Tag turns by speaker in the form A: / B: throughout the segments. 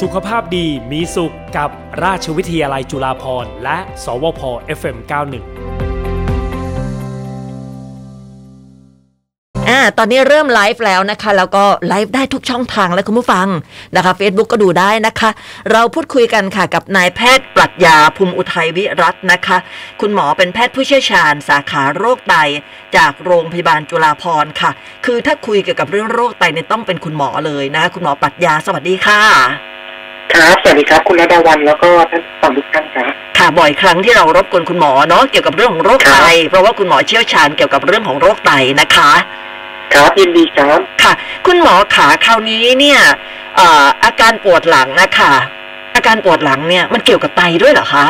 A: สุขภาพดีมีสุขกับราชวิทยาลัยจุฬาภรณ์และ สวพ FM91
B: อ่า ตอนนี้เริ่มไลฟ์แล้วนะคะ แล้วก็ไลฟ์ได้ทุกช่องทางและคุณผู้ฟังนะคะ Facebook ก็ดูได้นะคะ เราพูดคุยกันค่ะกับนายแพทย์ปรัชญาภูมิอุทัยวิรัตน์นะคะ คุณหมอเป็นแพทย์ผู้เชี่ยวชาญ สาขาโรคไต จากโรงพยาบาลจุฬาภรณ์ค่ะ คือถ้าคุยเกี่ยวกับเรื่องโรคไตเนี่ยต้องเป็นคุณหมอเลยนะคะคุณหมอปรัชญาสวัสดีค่ะ
C: ครับ สวัสดีครับ คุณระดาวันแล้วก็ท่านผู้ฟังทุกท่านครับ
B: ค่ะบ่อยครั้งที่เรารบกวนคุณหมอเนาะเกี่ยวกับเรื่องของโรคไต เพราะว่าคุณหมอเชี่ยวชาญเกี่ยวกับเรื่องของโรคไตนะคะ
C: ครับยินดีครับ
B: ค่ะ คุณหมอขาคราวนี้เนี่ยเอ่ออาการปวดหลังนะคะอาการปวดหลังเนี่ยมันเกี่ยวกับไตด้วยเหรอคะ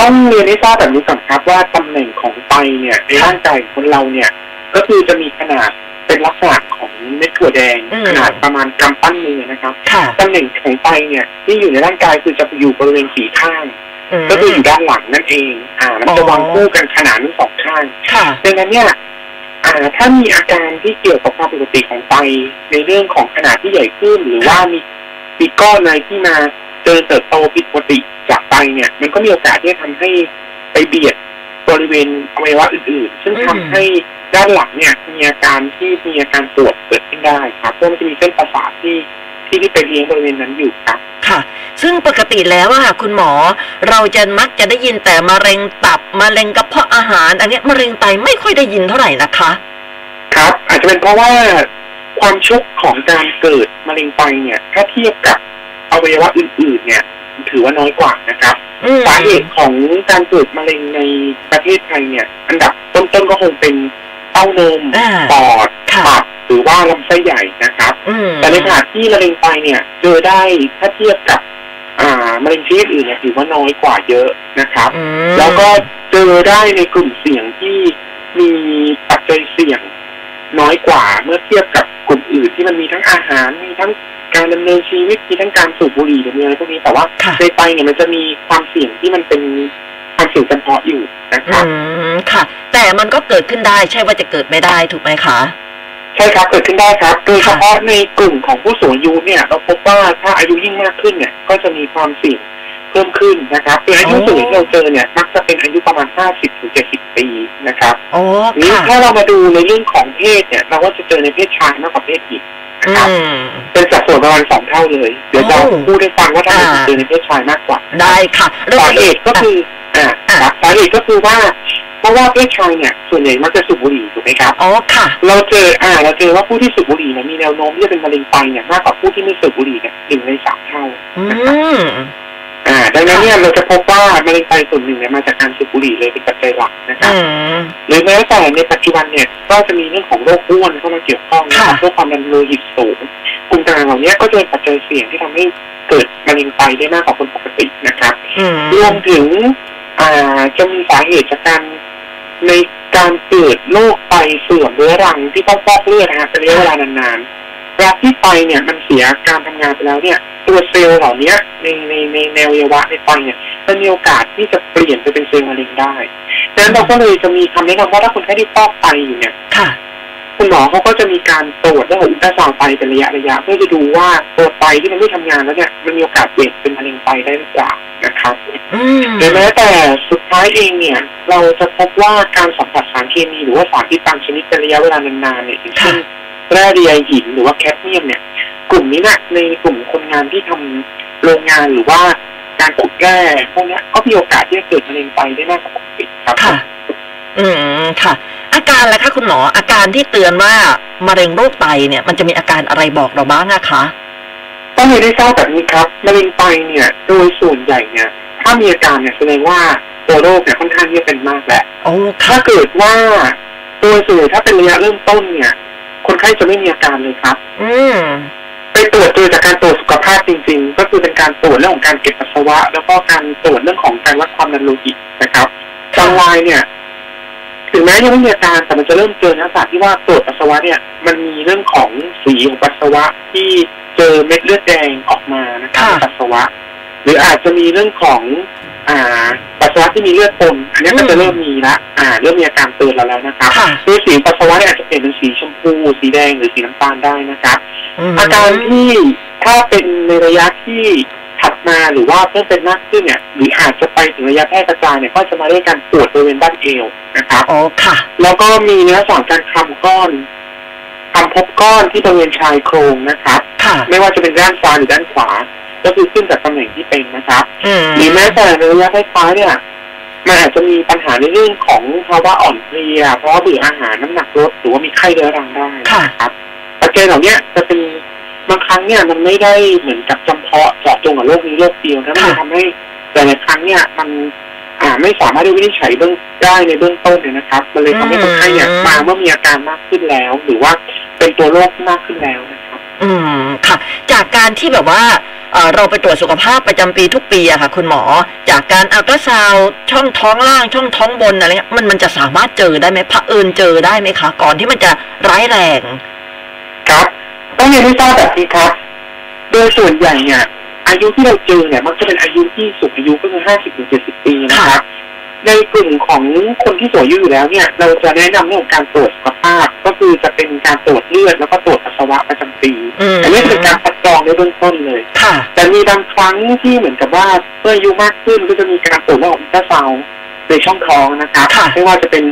C: ต้องเรียนให้ทราบแบบนี้ก่อนครับว่าตำแหน่งของไตเนี่ยในร่างกายของคนเราเนี่ย ก็คือจะมีขนาดเป็นลักษณะของเม็ดถั่วแดง
B: อืม
C: ขนาดประมาณกำปั้นมือนะครับ
B: ค่ะ
C: ตำแหน่งของไตเนี่ยที่อยู่ในร่างกายคือจะอยู่บริเวณสีข้าง
B: ม
C: ก็คืออยู่ด้านหลังนั่นเองอ่ามัน
B: อ๋
C: จะ
B: อ
C: วางคู่กันขนาดทั้งสองข้าง
B: ค่ะ
C: ดังนั้นเนี่ยอ่าถ้ามีอาการที่เกี่ยวกับความผิดปกติของไตในเรื่องของขนาดที่ใหญ่ขึ้น หรือว่ามีมีก้อนอะไรที่มาเจริญเติบโตผิดปกติจากไตเนี่ย มันก็มีโอกาสที่จะทำให้ไปเบียดบริเวณอวัยวะอื่นๆ ซึ่ง
B: อืม
C: ทำให้ด้านหลังเนี่ยมีอาการที่มีอาการปวดเกิดขึ้นได้ครับเพราะมันจะมีเส้นประสาทที่ที่ที่ไปเลี้ยงบริเวณนั้นอยู่ครับ
B: ค่ะ ซึ่งปกติแล้วอะค่ะคุณหมอ เราจะมักจะได้ยินแต่มะเร็งตับมะเร็งกระเพาะอาหาร อันเนี้ยมะเร็งไตไม่ค่อยได้ยินเท่าไหร่นะคะ
C: ครับอาจจะเป็นเพราะว่าความชุกของการเกิดมะเร็งไตเนี่ย ถ้าเทียบกับอวัยวะอื่น ๆ เนี่ย ถือว่าน้อยกว่านะครับ
B: อืม
C: สาเหตุของการเกิดมะเร็งในประเทศไทยเนี่ย อันดับต้น ๆ ก็คงเป็นเต้านม
B: อ่า
C: ปอด
B: ค่ะ
C: ตับหรือว่าลำไส้ใหญ่นะครับ
B: อืม
C: แต่ในขณะที่มะเร็งไตเนี่ย เจอได้ถ้าเทียบกับ อ่ามะเร็งชนิดอื่นเนี่ยถือว่าน้อยกว่าเยอะนะครับ
B: อืม
C: แล้วก็เจอได้ในกลุ่มเสี่ยงที่มีปัจจัยเสี่ยงน้อยกว่าเมื่อเทียบกับกลุ่มอื่นที่มันมีทั้งอาหารมีทั้งการดำเนินชีวิตมีทั้งการสูบบุหรี่หรือมีอะไรพวกนี้แต่ว่า
B: ค่ะ
C: ในไตเนี่ยมันจะมีความเสี่ยงที่มันเป็นความเสี่ยงเฉพาะอยู่นะ
B: อื
C: ครับ
B: มค่ะ แต่มันก็เกิดขึ้นได้ใช่ว่าจะเกิดไม่ได้ถูกไหมคะ
C: ใช่ครับเกิดขึ้นได้ครับโดยเฉพาะในกลุ่มของผู้สูงอายุเนี่ย เราพบว่าถ้าอายุยิ่งมากขึ้นเนี่ยก็จะมีความเสี่ยงเพิ่มขึ้นนะครับคืออายุสูงที่เราเจอเนี่ยมักจะเป็นอายุประมาณ 50ถึง70 ปีนะครับ
B: โอ้
C: นี่
B: ค่ะ
C: ถ้าเรามาดูในเรื่องของเพศเนี่ย เราก็จะเจอในเพศชายมากกว่าเพศหญิงนะ
B: อื
C: ค
B: ม
C: รับเป็นสัดส่วนประมาณสองเท่าเลย เดี๋ยวจะ
B: โอ้
C: พูดให้ฟังว่าทำไมถึง
B: อ่า
C: เจอในเพศชายมากกว่า
B: ได้ค่ะแล้ว
C: สาเหตุก็คืออ่า
B: ะ
C: ครับสาเหตุก็คือว่าเพราะว่าเพศชายเนี่ยส่วนใหญ่มักจะสูบบุหรี่ถูกไหมครับ
B: อ๋อค่ะ
C: เราเจออ่า เราเจอว่าผู้ที่สูบบุหรี่เนี่ยมีแนวโน้มที่จะเป็นมะเร็งไตเนี่ยมากกว่าผู้ที่ไม่สูบบุหรี่เนี่ยหนึ่งในสามเท่า
B: อืม
C: อ่า ดังนั้นเนี่ยเราจะพบว่ามะเร็งไตส่วนหนึ่งเนี่ยมาจากการสูบบุหรี่เลยเป็นปัจจัยหลักนะครับ
B: อืม
C: หรือแม้แต่ในปัจจุบันเนี่ยก็จะมีเรื่องของโรคอ้วนเข้ามาเกี่ยวข้องนะครับ
B: ค่ะ
C: โรคความดันโลหิตสูงกลุ่มต่างๆเหล่านี้ก็จะเป็นปัจจัยเสี่ยงที่ทำให้เกิดมะเร็งไตได้มากกว่าคนปกตินะครับ
B: อืม
C: รวมถึงอ่าจะมีสาเหตุจากการในการเกิดโรคไตเสื่อมเรื้อรังที่ต้องฟอกเลือดนะฮะเป็นระยะเวลานานๆเวลาที่ไตเนี่ยมันเสียการทำงานไปแล้วเนี่ย ตัวเซลล์เหล่านี้ในในในในอวัยวะในไตเนี่ยมันมีโอกาสที่จะเปลี่ยนไปเป็นเซลล์มะเร็งได้ดังนั้นเราก็เลยจะมีคำแนะนำว่าถ้าคนไข้ที่ฟอกไตอยู่เนี่ย
B: ค่ะ
C: คุณหมอเขาก็จะมีการตรวจเรื่องของอุลตราซาวด์ไตเป็นระยะระยะ เพื่อจะดูว่าตัวไตที่มันไม่ทำงานแล้วเนี่ยมันมีโอกาสเปลี่ยนเป็นมะเร็งไตได้หรือเปล่านะครับ
B: อืม
C: หรือแม้แต่สุดท้ายเองเนี่ย เราจะพบว่าการสัมผัสสารเคมีหรือว่าสารพิษบางชนิดเป็นระยะเวลานานๆเนี่ยอย่างเช่นแร่เรียหินหรือว่าแคดเมียมเนี่ย กลุ่มนี้นะในกลุ่มคนงานที่ทำโรงงานหรือว่าการขุดแร่พวกเนี้ยก็มีโอกาสที่จะเกิดมะเร็งไตได้มากกว่าปกติครับ
B: ค่ะ อืม ค่ะ อาการล่ะคะคุณหมอ อาการที่เตือนว่ามะเร็งโรคไตเนี่ย มันจะมีอาการอะไรบอกเราบ้างอะคะ
C: ต้องเรียนให้ทราบแบบนี้ครับมะเร็งไตเนี่ย โดยส่วนใหญ่เนี่ย ถ้ามีอาการเนี่ยแสดงว่าตัวโรคเนี่ยค่อนข้างที่จะเป็นมากแล้ว
B: โอ้
C: ถ้า
B: ค่ะ
C: เกิดว่าโดยส่วนใหญ่ถ้าเป็นระยะเริ่มต้นเนี่ย คนไข้จะไม่มีอาการเลยครับ
B: อืม
C: ไปตรวจเจอจากการตรวจสุขภาพจริง ๆ ก็คือเป็นการตรวจเรื่องของการเก็บปัสสาวะ แล้วก็การตรวจเรื่องของการวัดความดันโลหิตนะครับ
B: ค่ะ
C: บางรายเนี่ย ถึงแม้ยังไม่มีอาการแต่มันจะเริ่มเจอนักษาที่ว่าตรวจปัสสาวะเนี่ย มันมีเรื่องของสีของปัสสาวะที่เจอเม็ดเลือดแดงออกมานะครับในปัสสาวะ หรืออาจจะมีเรื่องของ อ่า ปัสสาวะที่มีเลือดปนอันนี้ก็จะเริ่มมีละอ่า เริ่มมีอาการเตือนเราแล้วนะครับ
B: ค่ะ
C: คือสีปัสสาวะเนี่ยอาจจะเปลี่ยนเป็นสีชมพู สีแดงหรือสีน้ำตาลได้นะครับ
B: ม
C: อาการที่ ถ้าเป็นในระยะที่ถัดมาหรือว่าเพิ่มเป็นมากขึ้นเนี่ยหรืออาจจะไปถึงระยะแพร่กระจายเนี่ยก็จะมาด้วยการปวดบริเวณด้านเอวนะครับ
B: อ๋อค่ะ
C: แล้วก็มีเนื้อสอนการคำก้อนคำพบก้อนที่บริเวณชายโครงนะครับ
B: ค่ะ
C: ไม่ว่าจะเป็นด้านซ้ายหรือด้านขวา ก็คือขึ้นจากตำแหน่งที่เป็นนะครับ
B: อืม
C: หรือแม้แต่ในระยะท้ายๆเนี่ยมันอาจจะมีปัญหาในเรื่องของภาวะอ่อนเพลียเพราะว่าเบื่ออาหารน้ำหนักลดหรือว่ามีไข้เรื้อรังได้
B: ค่ะ
C: ครับปัจจัยเหล่าเนี้ยจะเป็นบางครั้งเนี่ยมันไม่ได้เหมือนกับจำเพาะเจาะจงกับโรคนี้โรคเดียวนะมันจะ
B: ค่ะ
C: ทำให้แต่ละครั้งเนี่ยมันอ่าไม่สามารถที่วินิจฉัยเบื้องได้ในเบื้องต้นเลยนะครับมันเลยทำให้คนไข้เนี่ยมาเมื่อมีอาการมากขึ้นแล้ว หรือว่าเป็นตัวโรคมากขึ้นแล้วนะครับ
B: อืมค่ะ จากการที่แบบว่าเอ่อเราไปตรวจสุขภาพประจำปีทุกปีอะค่ะ คุณหมอ จากการอัลตราซาวด์ช่องท้องล่างช่องท้องบนอะไรเงี้ยมันมันจะสามารถเจอได้ไหมพระเผอิญเจอได้ไหมคะ ก่อนที่มันจะร้ายแรง
C: ครับต้องเรียนให้ทราบแบบนี้ครับ โดยส่วนใหญ่เนี่ยอายุที่เราเจอเนี่ยมักจะเป็นอายุที่สูงอายุก็คือห้าสิบถึงเจ็ดสิบปีนะครับ ในกลุ่มของคนที่สูงอายุอยู่แล้วเนี่ย เราจะแนะนำเรื่องของการตรวจสุขภาพ ก็คือจะเป็นการตรวจเลือดแล้วก็ตรวจปัสสาวะประจำปี
B: อืม
C: อันนี้เป็นการคัดกรองในเบื้องต้นเลย
B: ค่ะ
C: แต่มีบางครั้งที่เหมือนกับว่าเมื่ออายุมากขึ้นก็จะมีการตรวจเรื่องของอัลตราซาวด์ในช่องท้องนะครับ
B: ค่ะ
C: ไม่ว่าจะเป็น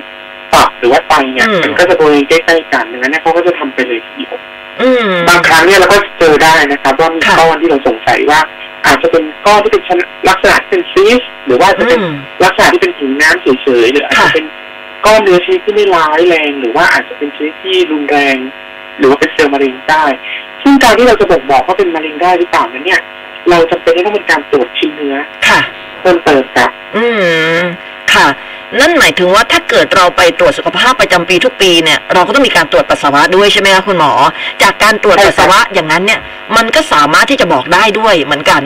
C: ตับหรือว่าไตเนี่ย
B: อืม
C: มันก็จะบริเวณใกล้ๆกันดังนั้นเนยเขาก็จะทำไปเลยทีเดียว
B: อืม
C: บางครั้งเนี่ยเราก็เจอได้นะครับว่ามี
B: ค่ะ
C: ก้อนที่เราสงสัยว่า อาจจะเป็นก้อนที่เป็นชนลักษณะที่เป็นซีสต์หรือว่าจะ
B: อื
C: เป็น
B: ม
C: ลักษณะที่เป็นถุงน้ำเฉยๆหรืออาจจะ
B: ค่ะ
C: เป็นก้อนเนื้อชนิดที่ไม่ร้ายแรง หรือว่าอาจจะเป็นชนิดที่รุนแรง หรือว่าเป็นเซลล์มะเร็งได้ ซึ่งการที่เราจะบ่งบอกว่าเป็นมะเร็งได้หรือเปล่านั้นเนี่ย เราจำเป็นที่ต้องเป็นการตรวจชิ้นเนื้อ
B: ค่ะ
C: เพิ่มเติมครับ
B: อืม ค่ะ นั่นหมายถึงว่าถ้าเกิดเราไปตรวจสุขภาพประจำปีทุกปีเนี่ย เราก็ต้องมีการตรวจปัสสาวะด้วยใช่ไหมคะคุณหมอ จากการตรวจปัสสาวะอย่างนั้นเนี่ย มันก็สามารถที่จะบอกได้ด้วยเหมือนกัน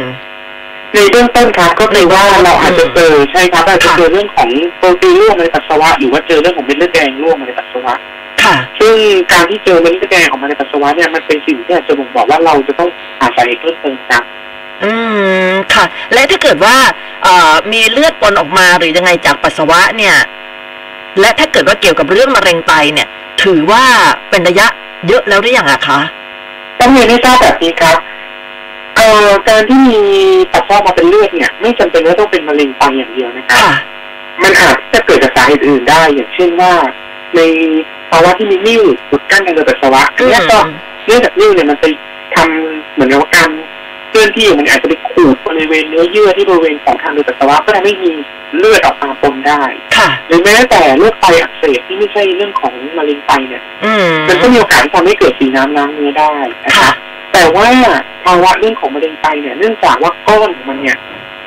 C: ในเบื้องต้นครับก็คือว่าเราอาจจะเจอใช่ครับอาจจะ
B: ค่ะ
C: เจอเรื่องของโปรตีนร่วมในปัสสาวะหรือว่าเจอเรื่องของเม็ดเลือดแดงร่วมในปัสสาวะ
B: ค่ะ
C: ซึ่งการที่เจอเม็ดเลือดแดงออกมาในปัสสาวะเนี่ยมันเป็นสิ่งที่อาจจะบ่งบอกว่าเราจะต้องหาสาเหตุเพิ่มเติมครับ
B: อืม ค่ะ และถ้าเกิดว่าเอ่อมีเลือดปนออกมาหรือยังไงจากปัสสาวะเนี่ย และถ้าเกิดว่าเกี่ยวกับเรื่องมะเร็งไตเนี่ย ถือว่าเป็นระยะเยอะแล้วหรือยังอะคะ
C: ต้องเรียนให้ทราบแบบนี้ครับเอ่อการที่มีปัสสาวะมาเป็นเลือดเนี่ย ไม่จำเป็นว่าต้องเป็นมะเร็งไตอย่างเดียวนะครับ
B: ค่ะ
C: มันอาจจะเกิดจากสาเหตุอื่นได้ อย่างเช่นว่า ในภาวะที่มีนิ่วอุดกั้นทางเดินปัสสาวะอันเนี้ยก็เนื่องจากนิ่วเนี่ยมันไปทำเหมือนกับการเคลื่อนที่มันอาจจะไปขูดบริเวณเนื้อเยื่อที่บริเวณของทางเดินปัสสาวะก็ทำให้มีเลือดออกมาปนได้
B: ค่ะ
C: หรือแม้แต่โรคไตอักเสบที่ไม่ใช่เรื่องของมะเร็งไตเนี่ย
B: อืม
C: มันก็มีโอกาสที่ทำให้เกิดสีน้ำล้างเนื้อได้นะ
B: ค่ะ
C: คะแต่ว่าภาวะเรื่องของมะเร็งไตเนี่ยเนื่องจากว่าก้อนของมันเนี่ย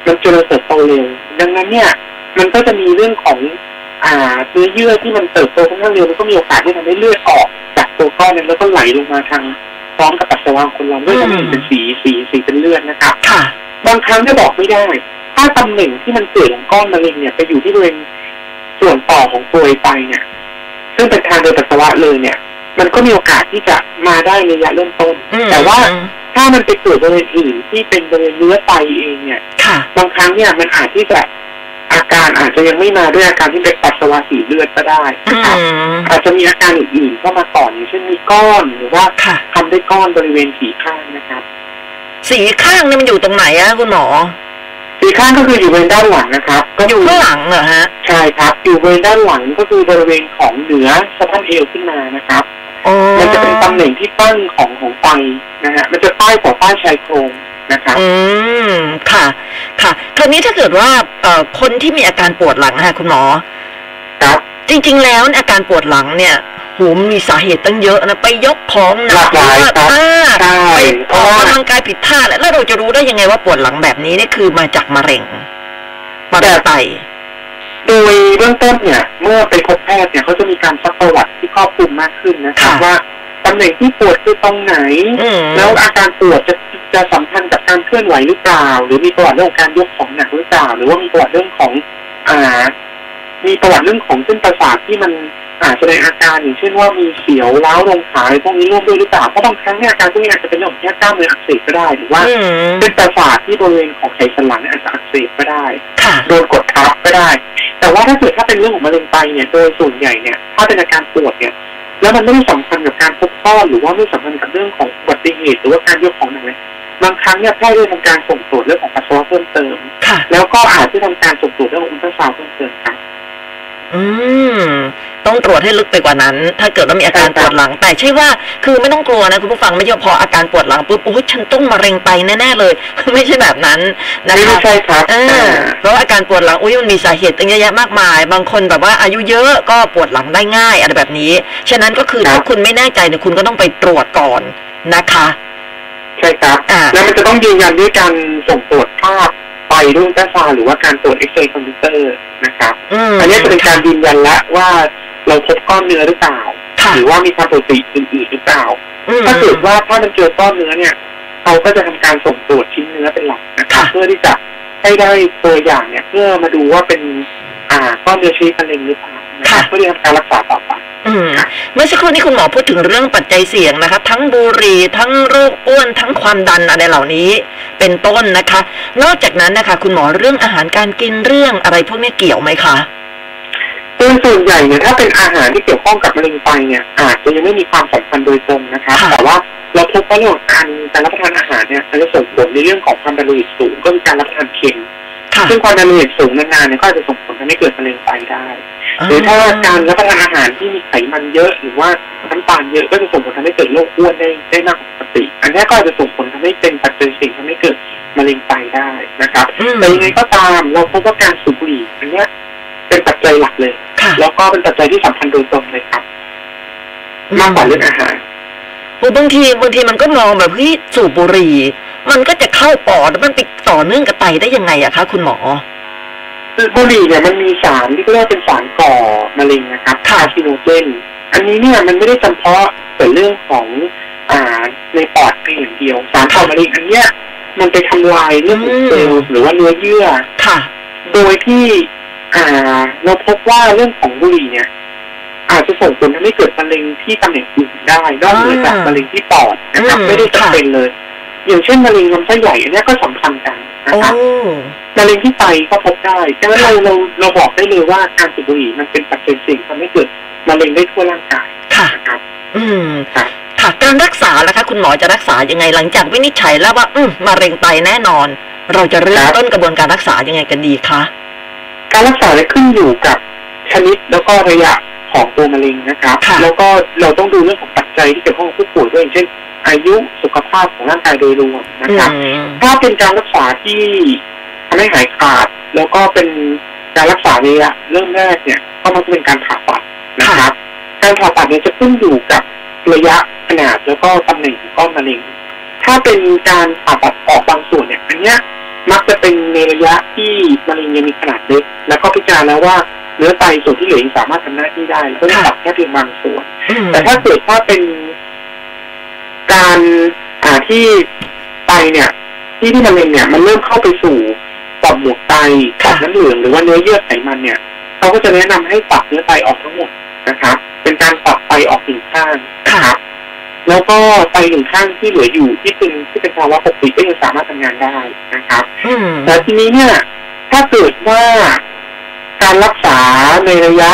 C: มันเจริญเติบโตเร็วดังนั้นเนี่ย มันก็จะมีเรื่องของอ่าเนื้อเยื่อที่มันเติบโตค่อนข้างเร็วมันก็มีโอกาสที่ทำให้เลือดออกจากตัวก้อนนั้นแล้วก็ไหลลงมาทางพร้อมกับปัสสาวะของคนเราด้วยจะมีเป็นสีสีสีเป็นเลือดนะครับ
B: ค่ะ
C: บางครั้งจะบอกไม่ได้ ถ้าตำแหน่งที่มันเกิดของก้อนมะเร็งเนี่ยไปอยู่ที่บริเวณส่วนต่อของตัวไตเนี่ย ซึ่งเป็นทางเดินปัสสาวะเลยเนี่ย มันก็มีโอกาสที่จะมาได้ในระยะเริ่มต้น
B: อืม
C: แต่ว่า ถ้ามันไปเกิดบริเวณอื่นที่เป็นบริเวณเนื้อไตเองเนี่ย
B: ค่ะ
C: บางครั้งเนี่ยมันอาจที่จะอาการอาจจะยังไม่มาด้วยอาการที่เป็นปัสสาวะสีเลือดก็ได้
B: อื
C: นะครับ
B: ม
C: อาจจะมีอาการอื่นๆเข้ามาก่อนอย่างเช่นมีก้อนหรือว่า
B: ค่ะ
C: ทำด้วยก้อนบริเวณสีข้างนะครับ
B: สีข้างนี่มันอยู่ตรงไหนอะคุณหมอ
C: สีข้างก็คืออยู่บริเวณด้านหลังนะครับ ก็
B: อยู่
C: คื
B: ข้างหลังเหรอฮะ
C: ใช่ครับ อยู่บริเวณด้านหลังก็คือบริเวณของเหนือสะพานเอวขึ้นมานะครับ
B: อ๋อ
C: มันจะเป็นตำแหน่งที่ตั้งของของไตนะฮะ มันจะใต้กว่าใต้ชายโครงนะครับ
B: อืม ค่ะ ค่ะคราวนี้ถ้าเกิดว่าเอ่อคนที่มีอาการปวดหลังอะค่ะคุณหมอ
C: ครับ
B: จริง ๆ แล้วเนี่ยอาการปวดหลังเนี่ยโหมนมีสาเหตุตั้งเยอะนะ ไปยกของห
C: ห
B: นั
C: ลาก กหลายครับ
B: อ่า
C: ใช่
B: ไป
C: เพ
B: อ
C: ราะ
B: อ
C: ว่าก
B: กำลังกายผิดท่าแล้วแล้วเราจะรู้ได้ยังไงว่าปวดหลังแบบนี้เนี่ยคือมาจากมะเร็งมะเร็งไต
C: โดยเบื้องต้นเนี่ย เมื่อไปพบแพทย์เนี่ยเขาจะมีการซักประวัติที่ครอบคลุมมากขึ้นนะครับ
B: ค่ะ
C: ว่าตำแหน่งที่ปวดคือตรงไหน
B: อืม
C: แล้วอาการปวดจะจะสัมพันธ์กับการเคลื่อนไหวหรือเปล่า หรือมีประวัติเรื่องของการยกของหนักหรือเปล่า หรือว่ามีประวัติเรื่องของอ่า มีประวัติเรื่องของเส้นประสาทที่มันอาจแสดงอาการอย่างเช่นว่ามีเสียวร้าวลงขาอะไรพวกนี้ร่วมด้วยหรือเปล่าเพราะบางครั้งเนี่ยอาการพวกนี้อาจจะเป็นเรื่องของแค่กล้ามเนื้ออักเสบก็ได้หรือว่า
B: อืม
C: เส้นประสาทที่บริเวณของไขสันหลังเนี่ยอาจจะอักเสบก็ได้
B: ค่ะ
C: โดนกดทับก็ได้ แต่ว่าถ้าเกิดถ้าเป็นเรื่องของมะเร็งไตเนี่ย โดยส่วนใหญ่เนี่ย ถ้าเป็นอาการปวดเนี่ย แล้วมันไม่ได้สัมพันธ์กับการพบข้อหรือว่าไม่สัมพันธ์กับเรื่องของอุบัติเหตุหรือว่าการยกของหนักเนี่ย บางครั้งเนี่ยแพทย์ได้ทำการส่งตรวจเรื่องของปัสสาวะเพิ่มเติม
B: ค่ะ
C: แล้วก็อาจจะทำการส่งตรวจเรื่องของอุลตราซาวด์เพิ่มเติมครับ
B: อืม ต้องตรวจให้ลึกไปกว่านั้น ถ้าเกิดว่ามีอาการปวดหลัง แต่ใช่ว่า คือไม่ต้องกลัวนะคุณผู้ฟังไม่ใช่ว่าพออาการปวดหลังปุ๊บโอ้ยฉันต้องมะเร็งไตแน่ๆเลย ไม่ใช่แบบนั้นนะ
C: ไม่
B: คะ
C: ใช่ครับ
B: เออเพราะอาการปวดหลังอุ้ยมันมีสาเหตุตั้งเยอะแยะมากมาย บางคนแบบว่าอายุเยอะก็ปวดหลังได้ง่ายอะไรแบบนี้ ฉะนั้นก็คือถ้าคุณไม่แน่ใจเนี่ยคุณก็ต้องไปตรวจก่อนนะคะ
C: ใช่ครับ
B: อ่า
C: แล้วมันจะต้องยืนยันด้วยการส่งตรวจภาพไปด้วยอุลตราซาวด์หรือว่าการตรวจเอ็กซเรย์คอมพิวเตอร์นะครับ
B: อืม
C: อันนี้จะเป็นการยืนยันแล้วว่าเราพบก้อนเนื้อหรือเปล่า
B: ค่ะ
C: หรือว่ามีความผิดปกติอื่นๆหรือเปล่า
B: อืม
C: ถ้าเกิดว่าถ้ามันเจอก้อนเนื้อเนี่ยเราก็จะทำการส่งตรวจชิ้นเนื้อเป็นหลักนะครั
B: ค่ะ
C: บเพื่อที่จะให้ได้ตัวอย่างเนี่ย เพื่อมาดูว่าเป็นอ่าก้อนเนื้อชนิดมะเร็งหรือเปล่านะครับเพื่อที่จะทำการรักษาต่อไป
B: อืมเมื่อสักครู่นี้คุณหมอพูดถึงเรื่องปัจจัยเสี่ยงนะคะ ทั้งบุหรี่ทั้งโรคอ้วนทั้งความดันอะไรเหล่านี้ เป็นต้นนะคะ นอกจากนั้นนะคะ คุณหมอเรื่องอาหารการกินเรื่องอะไรพวกนี้เกี่ยวไหมคะ
C: ซึ่งส่วนใหญ่เนี่ยถ้าเป็นอาหารที่เกี่ยวข้องกับมะเร็งไตเนี่ยอาจจะยังไม่มีความสัมพันธ์โดยตรงนะครับ
B: ค่ะ
C: แต่ว่าเราพบว่าเรื่องของการการรับประทานอาหารเนี่ยมันจะส่งผลในเรื่องของความดันโลหิตสูงก็คือการรับประทานเค็ม
B: ค่ะ
C: ซึ่งความดันโลหิตสูงนานๆเนี่ยก็อาจจะส่งผลทำให้เกิดมะเร็งไตได้ หรือถ้าการรับประทานอาหารที่มีไขมันเยอะ หรือว่าน้ำตาลเยอะก็จะส่งผลทำให้เกิดโรคอ้วนได้ได้มากกว่าปกติ อันนี้ก็อาจจะส่งผลทำให้เป็นปัจจัยเสี่ยงทำให้เกิดมะเร็งไตได้นะครับ
B: อืม
C: แต่ยังไงก็ตามเราพบว่าการสูบบุหรี่อันเนี้ยเป็นปัจจัยหลักเลย
B: ค่ะ
C: แล้วก็เป็นปัจจัยที่สำคัญโดยตรงเลยครับ มากกว่าเรื่องอาหาร
B: โอ้บางทีบางทีมันก็มองแบบเฮ้ยสูบบุหรี่ มันก็จะเข้าปอดแล้วมันไปต่อเนื่องกับไตได้ยังไงอะคะคุณหมอ
C: คือบุหรี่เนี่ยมันมีสารที่เรียกว่าเป็นสารก่อมะเร็งนะครับ
B: ค่ะ
C: คาร์ซิโนเจน อันนี้เนี่ยมันไม่ได้จำเพาะแต่เรื่องของอ่าในปอดเพียงอย่างเดียว สารก่อมะเร็งอันเนี้ยมันไปทำลายเรื่องของเซลล์หรือว่าเนื้อเยื่อ
B: ค่ะ
C: โดยที่อ่าเราพบว่าเรื่องของบุหรี่เนี่ย อาจจะส่งผลทำให้เกิดมะเร็งที่ตำแหน่งอื่นได้นอกเหนือจาก
B: อ่าม
C: มะเร็งที่ปอดนะครับ
B: อืม
C: ไม่ได้จำเป็นเลย อย่างเช่นมะเร็งลำไส้ใหญ่อันเนี้ยก็สำคัญกันนะ
B: โอ้
C: ครับ มะเร็งที่ไตก็พบได้ฉะนั้นเราเราเราบอกได้เลยว่าการสูบบุหรี่มันเป็นปัจจัยเสี่ยงทำให้เกิดมะเร็งได้ทั่วร่างกาย
B: ค่ะ
C: นะครับ
B: อืม
C: ครับ
B: ค่ะการรักษาล่ะคะ คุณหมอจะรักษายังไงหลังจากวินิจฉัยแล้วว่าอืมมะเร็งไตแน่นอน เราจะเริ่มต้นกระบวนการรักษายังไงกันดีคะ
C: การรักษาเนี่ยขึ้นอยู่กับชนิดแล้วก็ระยะของตัวมะเร็งนะครับ แล้วก็เราต้องดูเรื่องของปัจจัยที่เกี่ยวข้องกับผู้ป่วยด้วยอย่างเช่น อายุสุขภาพของร่างกายโดยรวมนะ
B: อื
C: ครับ
B: ม
C: ถ้าเป็นการรักษาที่ทำให้หายขาด แล้วก็เป็นการรักษาในระยะเริ่มแรกเนี่ยก็มักจะเป็นการผ่าตัดนะครับ การผ่าตัดเนี่ยจะขึ้นอยู่กับระยะขนาดแล้วก็ตำแหน่งของก้อนมะเร็ง ถ้าเป็นการผ่าตัดออกบางส่วนเนี่ยอันเนี้ยมักจะเป็นในระยะที่มะเร็งยังมีขนาดเล็กแล้วก็พิจารณาแล้วว่าเนื้อไตส่วนที่เหลือยังสามารถทำหน้าที่ได้แล้วก็จะตัดแค่เพียงบางส่วน
B: อืม
C: แต่ถ้าเกิดว่าเป็นการอ่าที่ไตเนี่ย ที่ที่มะเร็งเนี่ย มันเริ่มเข้าไปสู่ต่อมหมวกไตต่อมน้ำเหลืองหรือว่าเนื้อเยื่อไขมันเนี่ยเขาก็จะแนะนำให้ตัดเนื้อไตออกทั้งหมดนะครับเป็นการตัดไตออกหนึ่งข้าง
B: ค่ะ
C: นะครับ แล้วก็ไตหนึ่งข้างที่เหลืออยู่ที่เป็นที่เป็นภาวะปกติก็ยังสามารถทำงานได้นะครับ
B: อืม
C: แต่ทีนี้เนี่ย ถ้าเกิดว่าการรักษาในระยะ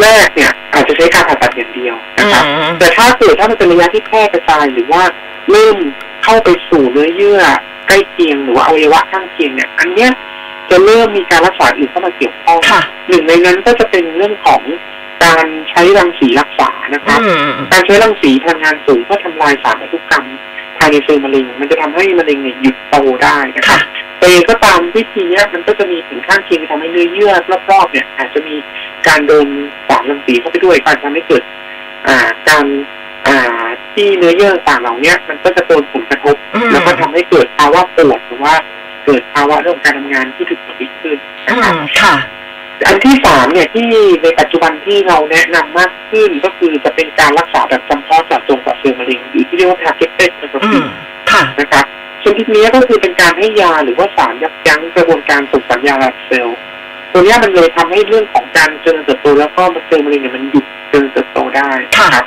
C: แรกเนี่ย อาจจะใช้การผ่าตัดอย่างเดียวนะครับ
B: อืม
C: แต่ถ้าเกิดถ้ามันเป็นระยะที่แพร่กระจายหรือว่าเริ่มเข้าไปสู่เนื้อเยื่อใกล้เคียงหรือว่าอวัยวะข้างเคียงเนี่ย อันเนี้ยจะเริ่มมีการรักษาอื่นเข้ามาเกี่ยวข้อง
B: ค่ะ
C: หนึ่งในนั้นก็จะเป็นเรื่องของการใช้รังสีรักษานะครับ
B: อืม
C: การใช้รังสีพลังงานสูงเพื่อทำลายสารพันธุกรรมภายในเซลล์มะเร็ง มันจะทำให้มะเร็งเนี่ยหยุดโตได้นะครั
B: ค่ะ
C: บแต่ยังไงก็ตามวิธีเนี้ยมันก็จะมีผลข้างเคียงที่ทำให้เนื้อเยื่อรอบๆเนี่ย อาจจะมีการโดนสารรังสีเข้าไปด้วยการทำให้เกิด อ่าการอ่าที่เนื้อเยื่อต่างๆเหล่าเนี้ยมันก็จะโดนผลกระทบ
B: อืม
C: แล้วก็ทำให้เกิดภาวะปวดหรือว่าเกิดภาวะเรื่องการทำงานที่ผิดปกติขึ้น
B: อื
C: นะครับ
B: มค่ะ
C: อันที่สามเนี่ยที่ในปัจจุบันที่เราแนะนำมากขึ้นก็คือจะเป็นการรักษาแบบจำเพาะเจาะจงกับเซลล์มะเร็งหรือที่เรียกว่า targeted
B: อื
C: therapy
B: มค่ะ
C: นะครับชนิดนี้ก็คือเป็นการให้ยาหรือว่าสารยับยั้งกระบวนการส่งสัญญาณกับเซลล์ตัวเนี้ยมันเลยทำให้เรื่องของการเจริญเติบโตแล้วก็เซลล์มะเร็งเนี่ยมันหยุดเจริญเติบโตได้
B: ค่ะ
C: นะครับ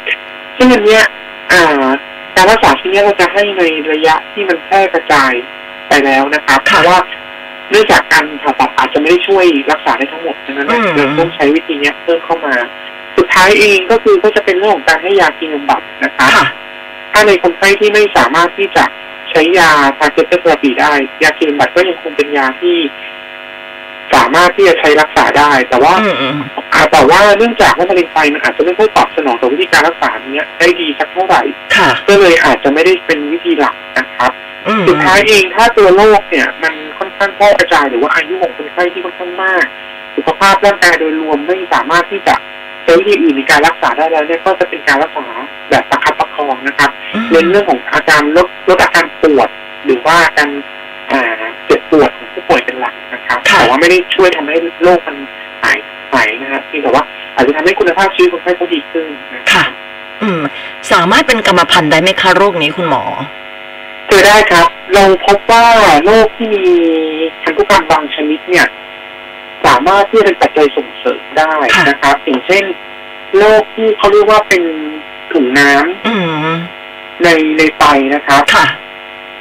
C: ซึ่งอันเนี้ยอ่าการรักษาชนิดเนี้ยเราจะให้ในระยะที่มันแพร่กระจายไปแล้วนะครับเพ
B: ค่ะ
C: ราะว่าเนื่องจากการผ่าตัดอาจจะไม่ได้ช่วยรักษาได้ทั้งหมดดังนั้นเนี่ย
B: อืม
C: เราต้องใช้วิธีเนี้ยเพิ่มเข้ามา สุดท้ายเองก็คือก็จะเป็นเรื่องของการให้ยากินบำบัดนะครับ
B: ค่ะ
C: ถ้าในคนไข้ที่ไม่สามารถที่จะใช้ยาทางเจสเตอร์เทอราปีได้ ยาเคมีบำบัดก็ยังคงเป็นยาที่ สามารถที่จะใช้รักษาได้ แต่ว่า
B: อืมอืม
C: อาแต่ว่าเนื่องจากว่ามะเร็งไตมันอาจจะไม่ค่อยตอบสนองต่อวิธีการรักษาเนี้ยได้ดีสักเท่าไหร่
B: ค่ะ
C: ก็เลยอาจจะไม่ได้เป็นวิธีหลักนะครับ
B: อืม
C: สุดท้ายเองถ้าตัวโรคเนี่ย มันค่อนข้างแพร่กระจายหรือว่าอายุของคนไข้ที่ค่อนข้างมาก สุขภาพร่างกายโดยรวมไม่สามารถที่จะใช้วิธีอื่นในการรักษาได้แล้วเนี่ยก็จะเป็นการรักษาแบบประคับประคองนะครับเน้นเรื่องของอาการลดลดอาการปวดหรือว่าการอ่าเจ็บปวดของผู้ป่วยเป็นหลักนะครับแต่ว่าไม่ได้ช่วยทำให้โรคมันหายหายนะครับเพียงแต่ว่าอาจจะทำให้คุณภาพชีวิตคนไข้เขาดีขึ้นนะครับ
B: ค่ะ อืม สามารถเป็นกรรมพันธุ์ได้ไหมคะโรคนี้คุณหมอ
C: เจอได้ครับ เราพบว่าโรคที่มีพันธุกรรมบางชนิดเนี่ย สามารถที่จะเป็นปัจจัยส่งเสริมได้นะครับอย่างเช่นโรคที่เขาเรียกว่าเป็นถุงน้ำ
B: อืม
C: ในในไตนะครับ
B: ค่ะ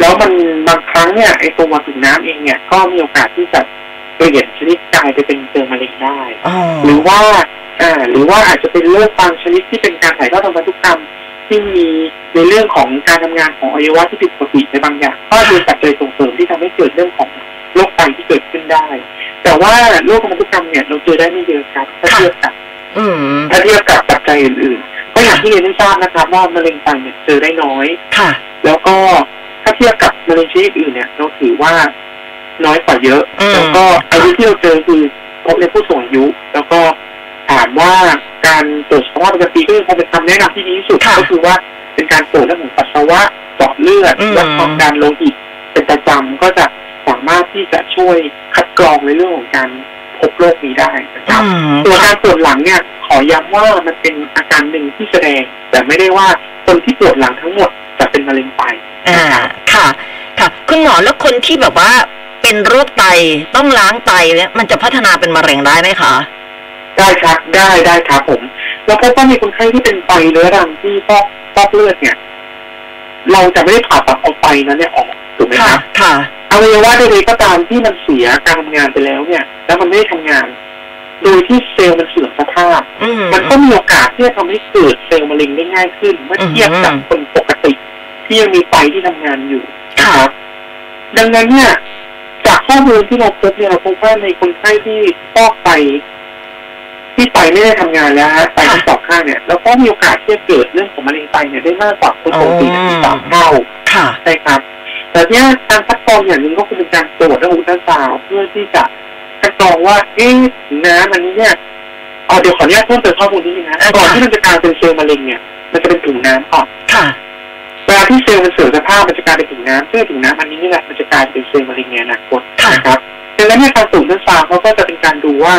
C: แล้วมันบางครั้งเนี่ยไอตัวถุงน้ำเองเนี่ยก็มีโอกาสที่จะเปลี่ยนชนิดกลายไปเป็นเซลล์มะเร็งได้
B: อ๋อ
C: หรือว่าอ่า หรือว่าอาจจะเป็นโรคบางชนิดที่เป็นการถ่ายทอดทางพันธุกรรม ที่มีในเรื่องของการทำงานของอวัยวะที่ผิดปกติในบางอย่างก็เป็นปัจจัยส่งเสริมที่ทำให้เกิดเรื่องของโรคไตที่เกิดขึ้นได้ แต่ว่าโรคทางพันธุกรรมเนี่ยเราเจอได้ไม่เยอะครับถ้าเทียบกับ
B: อืม
C: ถ้าเทียบกับปัจจัยอื่นๆก็อย่างที่เรียนให้ทราบนะครับว่ามะเร็งไตเนี่ยเจอได้น้อย
B: ค่ะ
C: แล้วก็ถ้าเทียบกับมะเร็งชนิดอื่นเนี่ยเราถือว่าน้อยกว่าเยอะ
B: อืม
C: แล้วก็อายุที่เราเจอคือพบในผู้สูงอายุ แล้วก็ถามว่าการตรวจสุขภาพประจำปีก็ยังคงเป็นคำแนะนำที่ดีที่สุด
B: ค่ะ
C: ก็คือว่าเป็นการตรวจเรื่องของปัสสาวะเจาะเลือด
B: อืม
C: วัดความดันโลหิตเป็นประจำก็จะสามารถที่จะช่วยคัดกรองในเรื่องของการพบโรคนี้ได้นะครับ
B: อืม
C: ส่วนการปวดหลังเนี่ยขอย้ำว่ามันเป็นอาการหนึ่งที่แสดง แต่ไม่ได้ว่าคนที่ปวดหลังทั้งหมดจะเป็นมะเร็งไต
B: อ่า ค่ะ ค่ะ คุณหมอแล้วคนที่แบบว่าเป็นโรคไตต้องล้างไตเนี่ยมันจะพัฒนาเป็นมะเร็งได้ไหมคะ
C: ได้ครับได้ได้ครับผม แล้วพบว่ามีคนไข้ที่เป็นไตเรื้อรังที่ฟอกฟอกเลือดเนี่ย เราจะไม่ได้ผ่าตัดเอาไตนั้นเนี่ยออกถูกไหม
B: ค่ะ
C: ครับ
B: ค่ะ
C: อวัยวะใดๆก็ตามที่มันเสียการทำงานไปแล้วเนี่ย แล้วมันไม่ได้ทำงาน โดยที่เซลล์มันเสื่อมสภาพ
B: อืม
C: มันก็มีโอกาสที่จะทำให้เกิดเซลล์มะเร็งได้ง่ายขึ้น เมื่อเทียบกับคนปกติ ที่ยังมีไตที่ทำงานอยู่นะ
B: ค่ะ
C: ครับ ดังนั้นเนี่ย จากข้อมูลที่เราพบเนี่ยเราพบว่าในคนไข้ที่ฟอกไตที่ไตไม่ได้ทำงานแล้วฮะไตทั้งสองข้างเนี่ย แล้วก็มีโอกาสที่จะเกิดเรื่องของมะเร็งไตเนี่ยได้มากกว่าคนปกติถึงสามเท่า
B: ค่ะ
C: ใช่ครับ แต่เนี่ยการคัดกรองอย่างหนึ่งก็คือเป็นการตรวจระบบอุลตราซาวด์เพื่อที่จะคัดกรองว่า เอ๊ะน้ำอันนี้เนี่ยเอาเดี๋ยวขออนุญาตเพิ่มเติมข้อมูลนิดนึงนะ
B: อ่าค่ะ
C: ก่อนที่มันจะกลายเป็นเซลล์มะเร็งเนี่ย มันจะเป็นถุงน้ำก่อน
B: ค่ะ
C: เวลาที่เซลล์มันเสื่อมสภาพมันจะกลายเป็นถุงน้ำเพื่อถุงน้ำอันนี้นี่แหละมันจะกลายเป็นเซลล์มะเร็งในอนาคต
B: ค่ะ
C: นะครับดังนั้นเนี่ยการตรวจอุลตราซาวด์เขาก็จะเป็นการดูว่า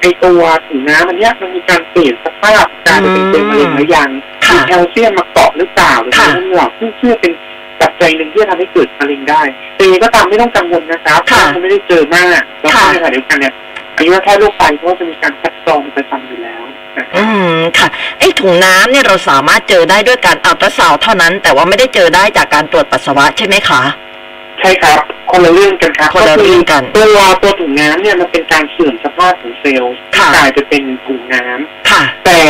C: ไอตัวถุงน้ำอันเนี้ยมันมีการเปลี่ยนสภาพกลายไปเป็นเซลล์มะเร็งหรือยัง มี
B: ค่ะ
C: แคลเซียมมาเกาะหรือเปล่าหรือ
B: ค่ะ
C: อะไรหรือเปล่าซึ่งเชื่อเป็นปัจจัยหนึ่งที่จะทำให้เกิดมะเร็งได้แต่ยังไงก็ตามไม่ต้องกังวลนะครับ
B: ค่ะ
C: เราไม่ได้เจอมากแล้วก็
B: ค่ะ
C: ในขณะเดียวกันเนี่ยอายุรแพทย์โรคไตเขาก็จะมีการคัดกรองประจำอยู่แล้วนะครับ
B: อืม ค่ะ ไอ้ถุงน้ำเนี่ยเราสามารถเจอได้ด้วยการอัลตราซาวด์เท่านั้น แต่ว่าไม่ได้เจอได้จากการตรวจปัสสาวะใช่ไหมคะ
C: ใช่ครับ คนละเรื่องกันครับ
B: คนละเรื่องกัน
C: ก็คือตัวตัวถุงน้ำเนี่ยมันเป็นการเสื่อมสภาพของเซลล์ที่
B: ค่ะ
C: กลายไปเป็นถุงน้ำ
B: ค่ะ
C: แต่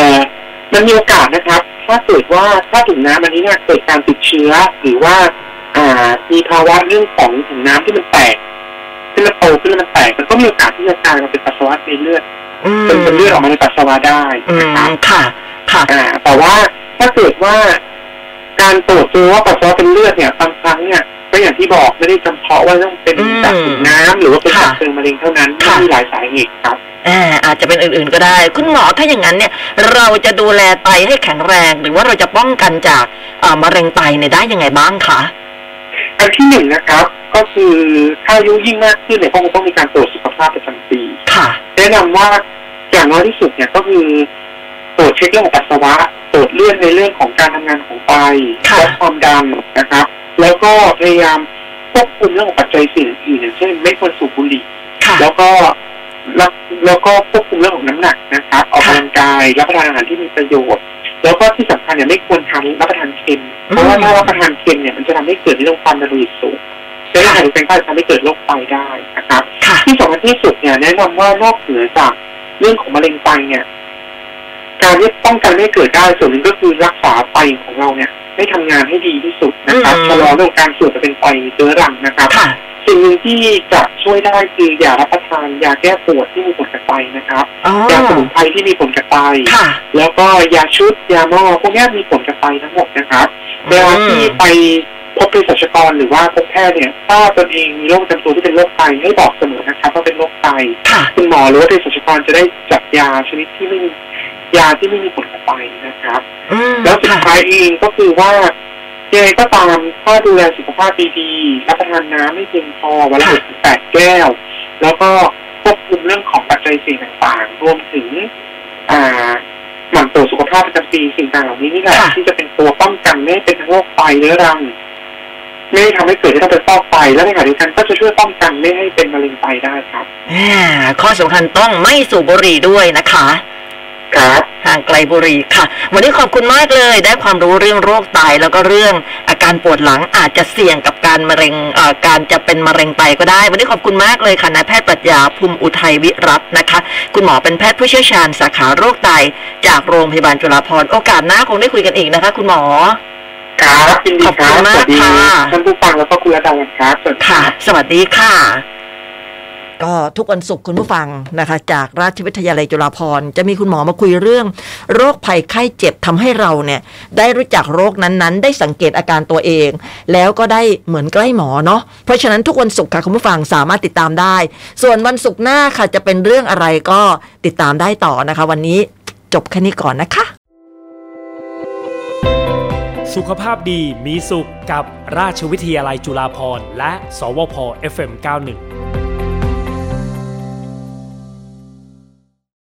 C: มันมีโอกาสนะครับ ถ้าเกิดว่าถ้าถุงน้ำอันนี้เนี่ยเกิดการติดเชื้อ หรือว่า อ่ามีภาวะเรื่องของถุงน้ำที่มันแตกที่มันโตขึ้นแล้วมันแตกมันก็มีโอกาสที่จะกลายมาเป็นปัสสาวะในเลือด
B: อืม
C: เป็นเป็นเลือดออกมาในปัสสาวะได้
B: อื
C: นะครั
B: ม
C: บ
B: ค่ะ ค่ะ
C: อ่า แต่ว่าถ้าเกิดว่า การตรวจเจอว่าปัสสาวะเป็นเลือดเนี่ยบางครั้งเนี่ยก็อย่างที่บอกไม่ได้จำเพาะว่าต้องเป็น
B: อืม
C: จากถุงน้ำหรือว่าเป็นจาก
B: ค่ะ
C: เซลล์มะเร็งเท่านั้น
B: ค่ะ
C: มีหลายสาเหตุครับ
B: อ่าอาจจะเป็นอื่นๆก็ได้ คุณหมอถ้าอย่างนั้นเนี่ย เราจะดูแลไตให้แข็งแรง หรือว่าเราจะป้องกันจากเอ่อมะเร็งไตเนี่ยได้ยังไงบ้างคะ
C: อันที่หนึ่งนะครับ ก็คือถ้าอายุยิ่งมากขึ้นเนี่ยก็คงต้องมีการตรวจสุขภาพประจำปี
B: ค่ะ
C: แนะนำว่าอย่างน้อยที่สุดเนี่ยก็คือตรวจเช็คเรื่องของปัสสาวะตรวจเลือดในเรื่องของการทำงานของไต
B: ค่ะ
C: และความดันนะครับ แล้วก็พยายามควบคุมเรื่องของปัจจัยเสี่ยงอื่นอย่างเช่นไม่ควรสูบบุหรี่
B: ค่ะ
C: แล้วก็รับแล้วก็ควบคุมเรื่องของน้ำหนักนะครับออก
B: ค่ะ
C: กำลังกายรับประทานอาหารที่มีประโยชน์ แล้วก็ที่สำคัญเนี่ยไม่ควรทานรับประทานเค็มเพราะว่าถ้ารับประทานเค็มเนี่ยมันจะทำให้เกิดในเรื่องความดันโลหิตสูงและอาหารเป็นข้าวทำให้เกิดโรคไตได้นะครับ
B: ค่ะ
C: ที่สำคัญที่สุดเนี่ยแนะนำว่านอกเหนือจากเรื่องของมะเร็งไตเนี่ย การที่ป้องกันไม่ให้เกิดได้ส่วนหนึ่งก็คือรักษาไฟของเราเนี่ยให้ทำงานให้ดีที่สุดนะครับ
B: อืม
C: ชะลอเรื่องการเสื่อมไปเป็นไฟเรื้อรังนะครับ
B: ค่ะ
C: สิ่งหนึ่งที่จะช่วยได้คืออย่ารับประทานยาแก้ปวดที่มีผลกับไตนะครับ
B: อ๋อ
C: ยาสมุนไพรที่มีผลกับไต
B: ค่ะ
C: แล้วก็ยาชุดยาหม้อพวกเนี้ยมีผลกับไตทั้งหมดนะครับเวลาที่ไปพบเภสัชกรหรือว่าพบแพทย์เนี่ยถ้าตนเองมีโรคประจำตัวที่เป็นโรคไตให้บอกเสมอนะครับว่าเป็นโรคไต
B: ค่ะ
C: คุณหมอหรือว่าเภสัชกรจะได้จัดยาชนิดที่ไม่มียาที่ไม่มีผลกับไตนะครับ
B: อืม
C: แล้วสุด
B: ค่ะ
C: ท้ายเองก็คือว่ายังไงก็ตามถ้าดูแลสุขภาพดีๆรับประทานน้ำให้เพียงพอวันละห
B: ค่ะ
C: กถึงแปดแก้ว แล้วก็ควบคุมเรื่องของปัจจัยเสี่ยงต่างๆ รวมถึง อ่าหมั่นตรวจสุขภาพประจำปีสิ่งต่างเหล่านี้นี่แหละ
B: ค่ะ
C: ที่จะเป็นตัวป้องกันไม่ให้เป็นทั้งโรคไตเรื้อรัง ไม่ให้ทำให้เกิดให้ต้องไปฟอกไตและในขณะเดียวกันก็จะช่วยป้องกันไม่ให้เป็นมะเร็งไตได้ครับ
B: แหมข้อสำคัญต้องไม่สูบบุหรี่ด้วยนะคะ
C: ครับ
B: ห่างไกลบุหรีค่ะ วันนี้ขอบคุณมากเลยได้ความรู้เรื่องโรคไตแล้วก็เรื่องอาการปวดหลังอาจจะเสี่ยงกับการมะเร็งเอ่อการจะเป็นมะเร็งไตก็ได้ วันนี้ขอบคุณมากเลยค่ะนายแพทย์ปรัชญาภูมิอุทัยวิรัตน์นะคะ คุณหมอเป็นแพทย์ผู้เชี่ยวชาญสาขาโรคไต จากโรงพยาบาลจุฬาภรณ์โอกาสหน้าคงได้คุยกันอีกนะคะ คุณหมอ
C: ครับยินดี
B: ขอบ
C: ค
B: คุ
C: รับ
B: ณมาก
C: สวัสดี
B: ค่ะ
C: ท่านผู้ฟังแล้วก็คุณระดาวันครับสวัสดีค
B: ค่ะ
C: รับ
B: สวัสดีค่ะ ก็ทุกวันศุกร์คุณผู้ฟังนะคะ จากราชวิทยาลัยจุฬาภรณ์จะมีคุณหมอมาคุยเรื่อง โรคภัยไข้เจ็บทำให้เราเนี่ย ได้รู้จักโรคนั้นๆ ได้สังเกตอาการตัวเอง แล้วก็ได้เหมือนใกล้หมอเนาะเพราะฉะนั้นทุกวันศุกร์ค่ะคุณผู้ฟังสามารถติดตามได้ ส่วนวันศุกร์หน้าค่ะจะเป็นเรื่องอะไรก็ติดตามได้ต่อนะคะ วันนี้จบแค่นี้ก่อนนะคะ
A: สุขภาพดีมีสุขกับราชวิทยาลัยจุฬาภรณ์และ สวพ FM91